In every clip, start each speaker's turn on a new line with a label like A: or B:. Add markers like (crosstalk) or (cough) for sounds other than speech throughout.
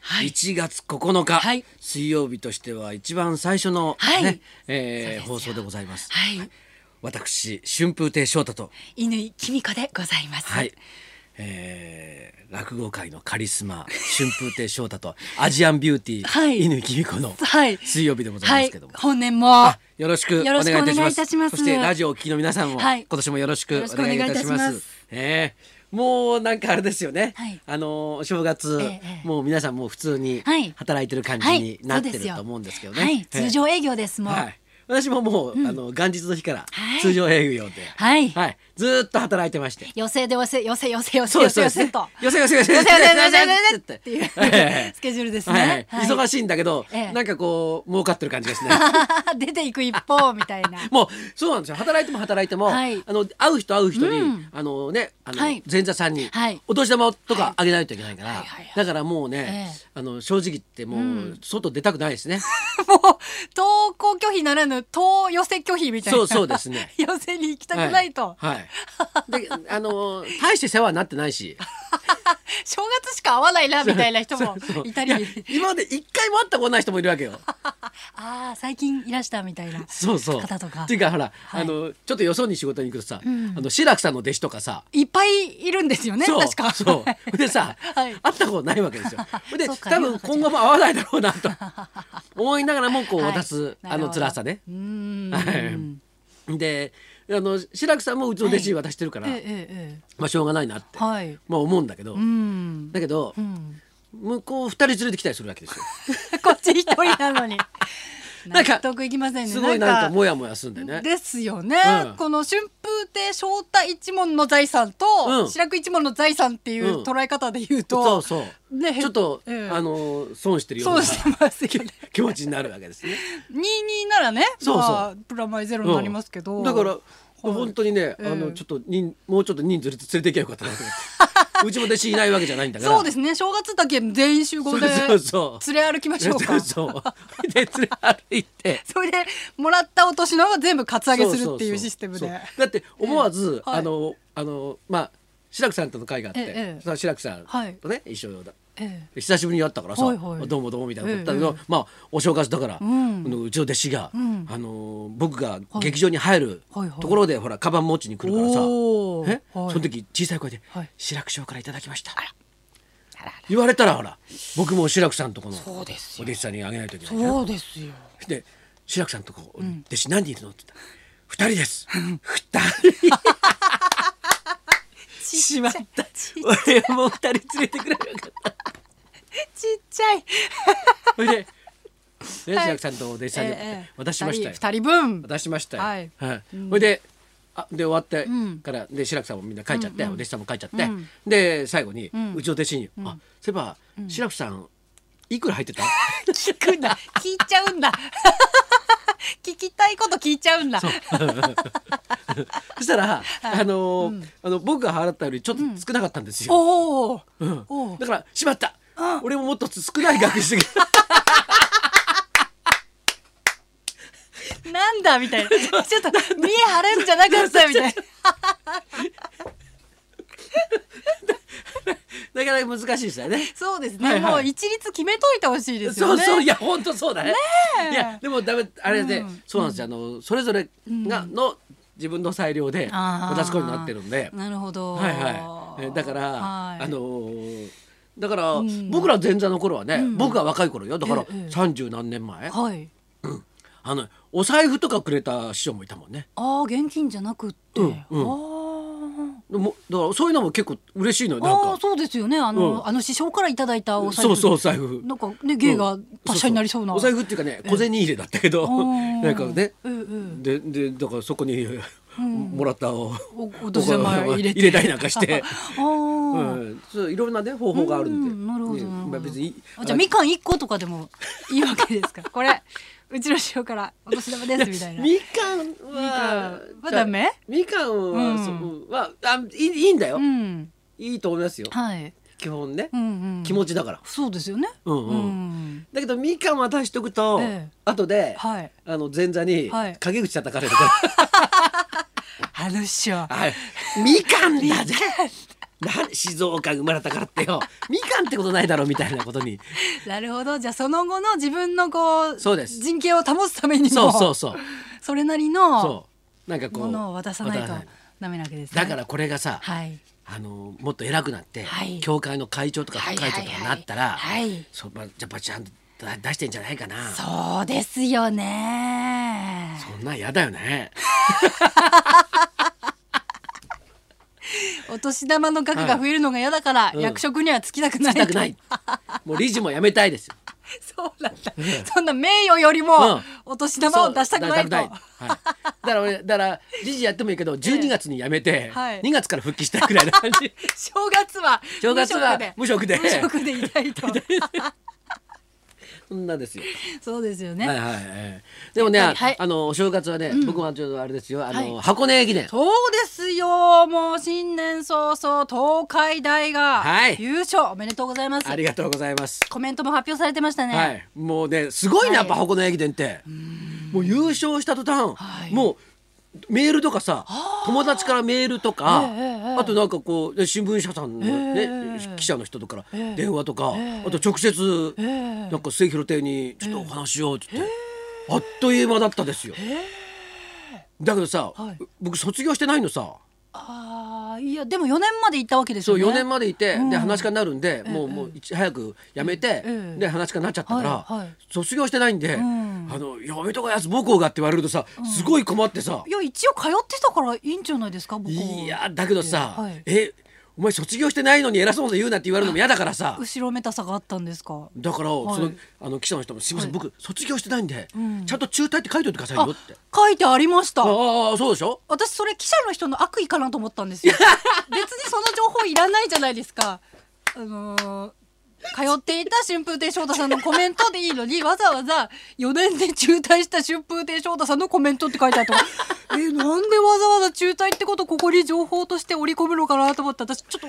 A: はい
B: 1月9日、
A: はい
B: 水曜日としては一番最初の、ね
A: はいそう
B: え
A: です
B: ー
A: よ
B: 放送でございます。
A: はい
B: 私春風亭昇太と、
A: 犬井君子でございます。
B: はいえー落語界のカリスマ春風亭昇太とアジアンビューティー
A: はい
B: 乾きみ子の
A: はい
B: 水曜日でござい
A: は
B: ます
A: い
B: けども。
A: 本年も
B: あよろしくお
A: よ
B: 願い
A: ろ
B: い
A: しくお
B: た
A: 願い
B: します
A: いたしま
B: そ
A: す
B: してラジオをお聞きの皆さんも、
A: はい
B: 今年もよろしく
A: よろしく
B: お願いいたしま
A: お願
B: す
A: いいたします
B: ええもうなんかあれですよね、
A: はい
B: あのお正月、
A: ええええ
B: もう皆さんもう普通に
A: はい
B: 働いてる感じ
A: はい
B: になっ
A: そ
B: て
A: うです
B: る
A: よ
B: と思うんですけどね、
A: はい
B: ええ
A: 通常営業ですもん。
B: はい、私ももう、あの元日の日から
A: はい
B: 通常営業で、
A: はい
B: ずーっと働いてまして
A: 寄せで寄せ寄せ寄せ寄せ
B: そうで
A: 寄
B: すそ
A: せ
B: うです
A: 寄せ
B: ね
A: と。
B: 寄せ寄せ寄せ
A: 寄せ寄せ寄
B: (laughs)
A: せ寄せ
B: 寄せ
A: っていう
B: ええ
A: スケジュールですね
B: はいはい
A: はい
B: 忙しいんだけど、
A: ええ
B: なんかこう儲かってる感じですね
A: 出ていく一方みたいな。
B: もうそうなんですよ働いても働いても、
A: はい
B: あの会う人会う人に、
A: うん
B: あのねあの、
A: はい
B: 前座さんに、
A: はい
B: お年玉とかあげないといけないから、
A: はいはいはい
B: だからもうね、
A: え
B: あの正直言ってもう、
A: うん
B: 外出たくないですね
A: もう投稿拒否ならぬ投寄せ拒否みたいな。
B: そうそうですね
A: (laughs) 寄せに行きたくない
B: は
A: と。
B: い、はいであの大して世話になってないし
A: 正月しか会わないな (laughs) みたい
B: (laughs)
A: な人もいたり
B: や。今まで一回も会ったことない人もいるわけよ
A: (laughs) ああ最近いらしたみたいな。
B: そうそう
A: 方とか
B: っていうかほら、
A: はい
B: あのちょっとよそに仕事に行くとさ、
A: うん
B: あの志らくさんの弟子とかさ
A: いっぱいいるんですよね。
B: そう
A: 確か。
B: そうでさ、
A: (laughs) はい
B: 会ったことないわけですよ。で
A: そっか
B: 多分今後も会わないだろうな
A: (laughs)
B: と思いながらもこう
A: はい
B: 渡す、あの辛さね。。
A: なるほどうーん。
B: はい、であの志らくさんもうちの弟子に渡してるから、
A: えええええ
B: まあしょうがないなって、
A: え。はい。
B: まあ思うんだけど、
A: うん。
B: だけど
A: うん。
B: 向こう二人連れてきたりするわけですよ。
A: こっち一人なのに。
B: (laughs) なんか
A: 納得いきませんね。
B: すごいなんかモヤモヤするんだよね。
A: ですよね、
B: うん
A: この春風亭昇太一門の財産と、
B: うん
A: 白く一門の財産っていう捉え方で言う
B: そう
A: と、
B: そう、
A: ね
B: ちょっと、
A: ええ
B: あの損してるよう
A: そう
B: な
A: してますよね。
B: (laughs) 気持ちになるわけですね。
A: 二二ならね、
B: そうそう
A: まあプラマイゼロになりますけど、
B: うんだから本当にね、
A: ええ
B: あのちょっと人もうちょっと人数連れて連れて行けばよかったなと思っ
A: (laughs)
B: て。うちも弟子いないわけじゃないんだから。
A: そうですね正月だけ全員集合
B: そ
A: で
B: うそうそう
A: 連れ歩きましょ
B: (laughs)
A: うか
B: そう。で連れ歩いて。
A: (laughs) それでもらったお年玉は全部カツアゲするって
B: そ
A: いう
B: そううそう
A: システム
B: そう
A: で
B: だって思わず、
A: ええはい
B: あのあのまあ白くさんとの会があって、
A: ええええ
B: その白くさんとね、一緒だ。
A: ええ
B: 久しぶりに会ったからさ、
A: はいはい
B: どうもどうもみたいなことだったけ
A: え
B: ど、
A: ええ
B: まあお正月だから、
A: うん
B: あのうちの弟子が、
A: うん
B: あの僕が劇場に入る
A: はいはい
B: ところでほらカバン持ちに来るからさ、
A: おー
B: え
A: はい
B: その時小さい声で
A: はい
B: 「志らく師匠からいただきました
A: ら」
B: 言われたらほら僕も志らくさんとこのお
A: そう
B: 弟
A: ですよ
B: 子さんにあげないといけないから
A: そうですよ
B: で志らくさんとこ弟子何人いるのって言ったら「2人です」2人しまった
A: ち
B: 俺もう2人連れてくれなかった
A: ちっちゃい
B: それでね志らくさんとお弟子さんに
A: ええええ
B: 渡しましたよ
A: 二人二人分
B: 渡しましたよ。は
A: はいい。
B: それで、あ、で終わってから、で、志らくさんもみんな書いちゃって、お弟子さんも書いちゃって、で、最後に、うちの弟子に、あ、そういえば、志らくさん、いくら入ってた
A: 聞くんだ聞いちゃうんだ (laughs) 聞きたいこと聞いちゃうん
B: (laughs)
A: だ
B: そしたら、あのー、あの、僕が払ったよりちょっと少なかったんですよ。
A: おお、
B: う
A: お
B: ん
A: お
B: だから、しまった俺ももっと少ない額にしてくれ
A: なんだみたいなちょっと見え張るんじゃなかったみたいな
B: なかなか難しいですよね。
A: そうですね、
B: はいはい
A: もう一律決めといてほしいです
B: そ
A: よ
B: う
A: ね
B: そういや本当そうだね。
A: え
B: いやでもダメあれで、
A: うん
B: そうなんですよあのそれぞれがの自分の裁量で
A: あー
B: 渡すことになってるんで、
A: なるほど
B: はいはいえ。だから、
A: はい
B: あのーだから、
A: ん
B: 僕ら前座の頃はね、僕が若い頃よだから
A: ええ
B: 三十何年前、
A: はい
B: あのお財布とかくれた師匠もいたもんね。
A: ああ現金じゃなくって、
B: うんうでもだからそういうのも結構嬉しいのよ
A: あーあ
B: な
A: ー
B: んか。
A: そうですよねあの、
B: うん
A: あの師匠からいただいたお財
B: そ
A: 布
B: うそうお財布。
A: なんかね芸が達者になりそうな、
B: んお財布っていうかね小銭入れだったけど、
A: あー
B: なんかね、
A: うんうん
B: ででだからそこに、もらったお
A: おお年玉入れて
B: 入れたりなんかして
A: (laughs) あー、
B: うん、そういろんなね方法があるんで、
A: うんなるほど
B: ね
A: なるほど
B: まあ別にいい
A: あじゃあみかん一個とかでもいいわけですか
B: (laughs)
A: これうちの師匠からお年玉ですみたいな
B: みかんは
A: みかんはダメ
B: みかんは、
A: うん
B: そうはあいいいいんだよ、
A: うん
B: いいと思いますよ
A: はい
B: 基本ね、
A: うんうん
B: 気持ちだから
A: そうですよね
B: うんうん
A: ん
B: だけどみかん渡しとくと、
A: ええ
B: 後で、
A: はい
B: あの前座に
A: はい
B: 陰口叩かれるから、
A: あの師匠
B: は
A: (laughs)
B: い、みかんだぜなん静岡生まれたからって
A: (laughs)
B: よみかんってことないだろみたいなことに
A: なるほどじゃあその後の自分のこう
B: そうです
A: 人権を保つためにも
B: そうそうそう
A: それなりの
B: そうなんかこう
A: ものを渡さないと
B: 渡さ
A: ダメなわけですね
B: だからこれがさ、
A: はい
B: あのもっと偉くなって、
A: はい
B: 教会の会長とか副会長とかになったら、
A: はいはいはい
B: そうまあ、やっぱちゃんと出出してんじゃないかなそ
A: そうですよね
B: んなん嫌だよね
A: お年玉の額が増えるのが嫌だから、
B: うん
A: 役職には就きたくない
B: したくないもう理事も辞めたいですよ
A: (laughs) そうなんだ、
B: ん
A: そんな名誉よりも、
B: うん
A: お年玉を出したくないと
B: そう出したく
A: (laughs)
B: ないはい、だから俺だから理事やってもいいけど12月に辞めて、
A: はい
B: 2月から復帰したいくらいの感じ
A: 正月は
B: 正月は無職で
A: 無職でいた
B: (laughs)
A: いと
B: (laughs) そんなですよ
A: そうですよね、
B: はいはいはいでもね、
A: はいはい
B: あのお正月はね、僕もちょうどあれですよあの、
A: はい
B: 箱根駅伝
A: そうですよもう新年早々東海大が
B: はい
A: 優勝、おめでとうございます
B: ありがとうございます
A: コメントも発表されてましたね、
B: はい、もうねすごいねやっぱ
A: はい
B: 箱根駅伝って、もう優勝した途端、
A: はい
B: もうメールとかさ友達からメールとか、
A: ええええ
B: あとなんかこう新聞社さんのね、
A: ええ
B: 記者の人とかか
A: え
B: ら
A: え
B: 電話とか、
A: ええ
B: あと直接、
A: え
B: な
A: え
B: んか末広亭にちょっとお話しようって言って、あっという間だったですよ。だけどさ、
A: はい
B: 僕卒業してないのさ。
A: ああいやでも4年まで行ったわけです
B: そ
A: よ
B: う4
A: ね
B: 年までいて、
A: ん
B: で話し家になるんで、もうもういち早く辞めて、
A: ええ
B: で話し家になっちゃったから、
A: はいはい
B: 卒業してないんで、
A: ん
B: あのやめとかやつ母校がって言われるとさすごい困ってさ、
A: いや一応通ってたからいいんじゃないですか僕
B: いやだけどさ、
A: はい
B: えお前卒業してないのに偉そうなこと言うなって言われるのも嫌だからさ。
A: 後ろめたさがあったんですか
B: だから、
A: はい
B: そのあの記者の人も「すみません、
A: はい
B: 僕卒業してないんで、
A: ん
B: ちゃんと中退って書いておいてくださいよ」
A: あ
B: って。
A: 書いてありました
B: あああそうでしょ
A: 私それ記者の人の悪意かなと思ったん
B: (laughs)
A: ですよ別にその情報いらないじゃないですかあのー通っていた春風亭昇太さんのコメントでいいのにわざわざ4年で中退した春風亭昇太さんのコメントって書いてあ
B: (laughs)
A: ったえなんでわざわざ中退ってことここに情報として織り込むのかなと思って私ちょっと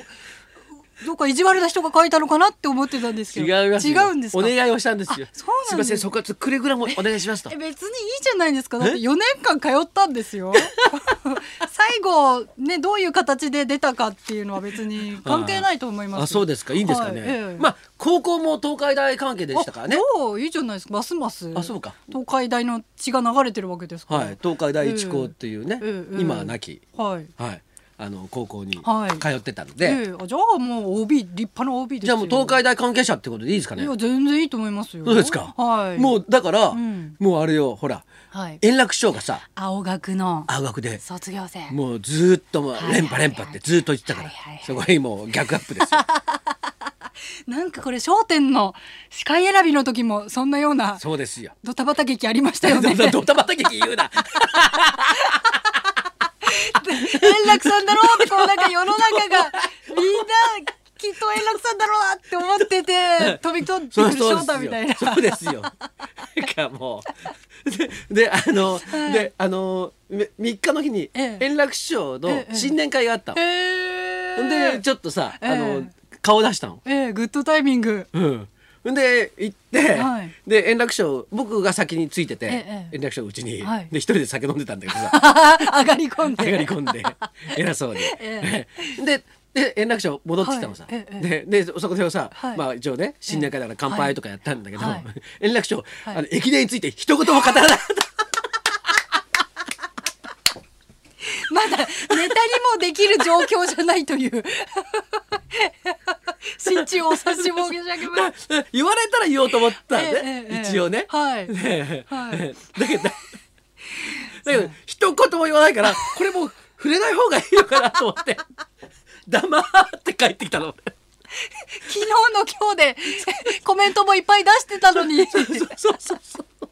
A: どうか意地悪な人が書いたのかなって思ってたんですけ
B: 違
A: ど
B: います
A: 違
B: よ
A: うんですか
B: お願いをしたんですよ
A: あそうなんです
B: すみませんそこはちょっとくれぐれもお願いしますと
A: え別にいいじゃないですかだって4年間通ったんで
B: (laughs)
A: すよ最後ねどういう形で出たかっていうのは別に関係ないと思いますよ
B: あそうですかいいんですかね、
A: はいええ
B: まあ高校も東海大関係でしたからね
A: あそういいじゃないですかますます
B: あそうか
A: 東海大の血が流れてるわけですから
B: はい東海第一校っていうね、
A: ええええ
B: 今は亡き、
A: はい
B: はい、あの高校に通
A: はい
B: ってたので、
A: ええあじゃあもう OB 立派な OB です
B: じゃ
A: よ
B: あもう東海大関係者ってことでいいですか
A: い
B: ね
A: や全然いいと思いますよ
B: そうですか、
A: はい
B: も
A: う
B: うだから、
A: ん
B: もうあれよほら
A: はい
B: 円楽師匠がさ
A: 青学の
B: 青学で
A: 卒業生
B: もうずーっともう
A: はい
B: 連覇連覇ってずーっと言ってたから、
A: はいはい
B: そこにもう逆アップですよ
A: なんかこれ『笑点』の司会選びの時もそんなような
B: そうですよ
A: ドタバタ劇ありましたよね
B: ドタバタ劇言うな
A: 円楽さんだろうってこうなんか世の中がみんなきっと円楽さんだろうなって思ってて飛び飛んで
B: そう
A: る
B: そうです
A: 翔太
B: よ
A: みたいな。
B: そうですよ。なんかもうでであの、であのめ三日の日に
A: ええ
B: 円楽師匠の
A: ええ
B: 新年会があったの。
A: へ
B: ほん
A: ー
B: でちょっとさ、
A: ええ
B: あの顔出したの。
A: ええグッドタイミング。
B: うん。ほんで行って、
A: はい
B: で円楽師匠僕が先についてて、
A: ええ
B: 円楽師匠うちに、
A: はい
B: で一人で酒飲んでたんだけどさ。
A: 上がり込ん
B: (laughs)
A: で。
B: 上がり込ん
A: (laughs)
B: で偉そうに、
A: え
B: (laughs) でで円楽師匠戻ってきたのさ、
A: はいえ
B: ででそこでさ、
A: はい
B: まあ一応ね新年会だから乾杯とかやったんだけど、 (laughs)
A: はい
B: 円楽師匠、
A: はい
B: あの駅伝について一言も語らなかっ
A: まだネタにもできる状況じゃないという。心中お察し申し上げます。
B: た (laughs) 言われたら言おうと思ったんで、
A: ええええ
B: 一応ね、
A: は
B: (laughs)
A: い。
B: ね
A: はい
B: だ
A: (laughs)
B: けどだけど一言も言わないからこれもう触れない方がいいのかなと思って (laughs) 黙って帰ってき
A: (laughs)
B: たの。
A: 昨日の今日でコメントもいっぱい出してたのに、
B: そうそうそうそう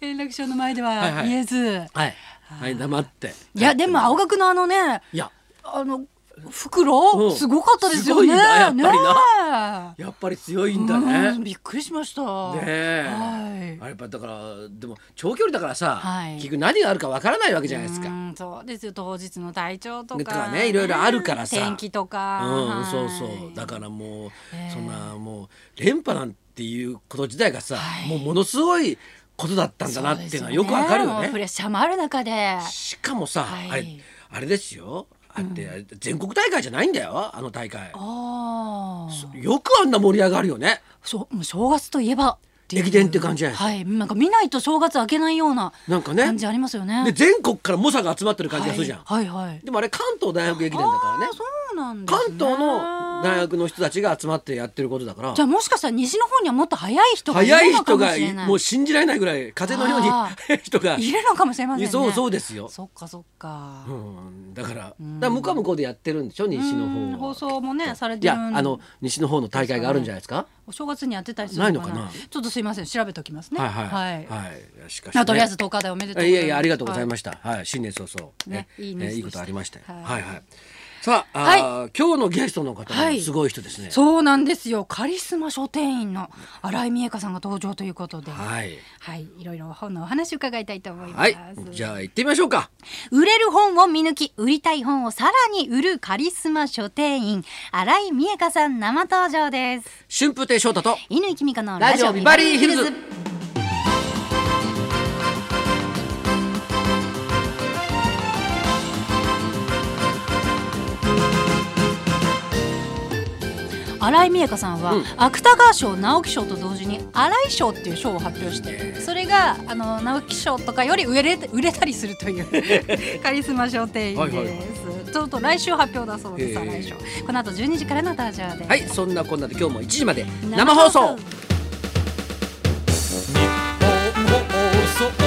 A: 円楽賞の前で
B: はいは
A: はい言えず。
B: はい、はい、黙って
A: いやでも青学のあのね
B: いや
A: あの袋、
B: うん
A: すごかったですよ
B: すご
A: ね。
B: いなやっぱりな
A: ね
B: やっぱり強い
A: え
B: んだね。
A: うんびっくりしました。
B: ねえ、
A: はい
B: あれやっぱだからでも長距離だからさ、
A: はい
B: 結局何があるかわからないわけじゃないです
A: う
B: か。
A: んそうですよ当日の体調と
B: だ
A: か
B: からねいろいろあるからさ
A: 天気と
B: う
A: か、
B: ん、
A: はい
B: そうそうだからもう、
A: ええ
B: そんなもう連覇なんていうこと自体がさ、
A: はい
B: もうものすごいことだったんだなっていうのはよくわかるよ
A: そうですもうプレ
B: ね。
A: ッシャーもある中で
B: しかもさ、
A: はい
B: あれあれですよ。ああって、全国大会じゃないんだよあの大会
A: ああ
B: よくあんな盛り上がるよね
A: そうもう正月といえばていう
B: 駅伝って感じじゃないですか
A: はいなんか見ないと正月明けないような
B: なんかね
A: 感じありますよね
B: で全国から猛者が集まってる感じがするじゃん、
A: はいはいはい
B: でもあれ関東大学駅伝だからね
A: あーそうなんです
B: 関
A: ね
B: 東の大学の人たちが集まってやってることだから
A: じゃあもしかしたら西の方にはもっと早い人がい
B: 早
A: る
B: い
A: のか
B: 人
A: も
B: が
A: しれない
B: もう信じられないぐらい風のように
A: あー
B: 早い人が
A: いるのかもしれませんね
B: そうそうですよ
A: そっかそっか、
B: うんだからだから向こうは向こうでやってるんでしょ西の方
A: うん
B: は
A: 放送もねされ
B: い
A: てる
B: や
A: ん
B: あの西の方の大会があるんじゃないですか
A: お正月にやってたりする
B: ないのかな
A: ちょっとすいません調べておきますね
B: はいはい
A: はい、
B: はいいやしかしね
A: あとりあえず東海大おめでとう
B: いやいやありがとうござい
A: す、
B: ましたはい新年早々
A: ね
B: え
A: いいニュースでし
B: え
A: た
B: いいことありましたよ
A: はい
B: はいはいさああー今日のゲストの方
A: は
B: も
A: い
B: すごい人ですね
A: そうなんですよカリスマ書店員の新井美恵香さんが登場ということではい、
B: はい
A: い、ろいろ本のお話を伺いたいと思います、
B: はいじゃあ行ってみましょうか
A: 売れる本を見抜き売りたい本をさらに売るカリスマ書店員新井美恵香さん生登場です
B: 春風亭昇太と
A: 犬井美香の
B: ラジオビバリーヒルズ。
A: 新井美恵香さんは、
B: うん
A: 芥川賞直木賞と同時に新井賞っていう賞を発表し
B: いい
A: て
B: ね
A: それがあの直木賞とかより売れ売れたりするとい
B: (laughs)
A: うカリスマ賞店員です、
B: はいはいは
A: ちょっと来週発表だそうです
B: へえ
A: 新井賞この後12時からの登場です、
B: はいそんなこんなで今日も1時まで生放送
C: 放送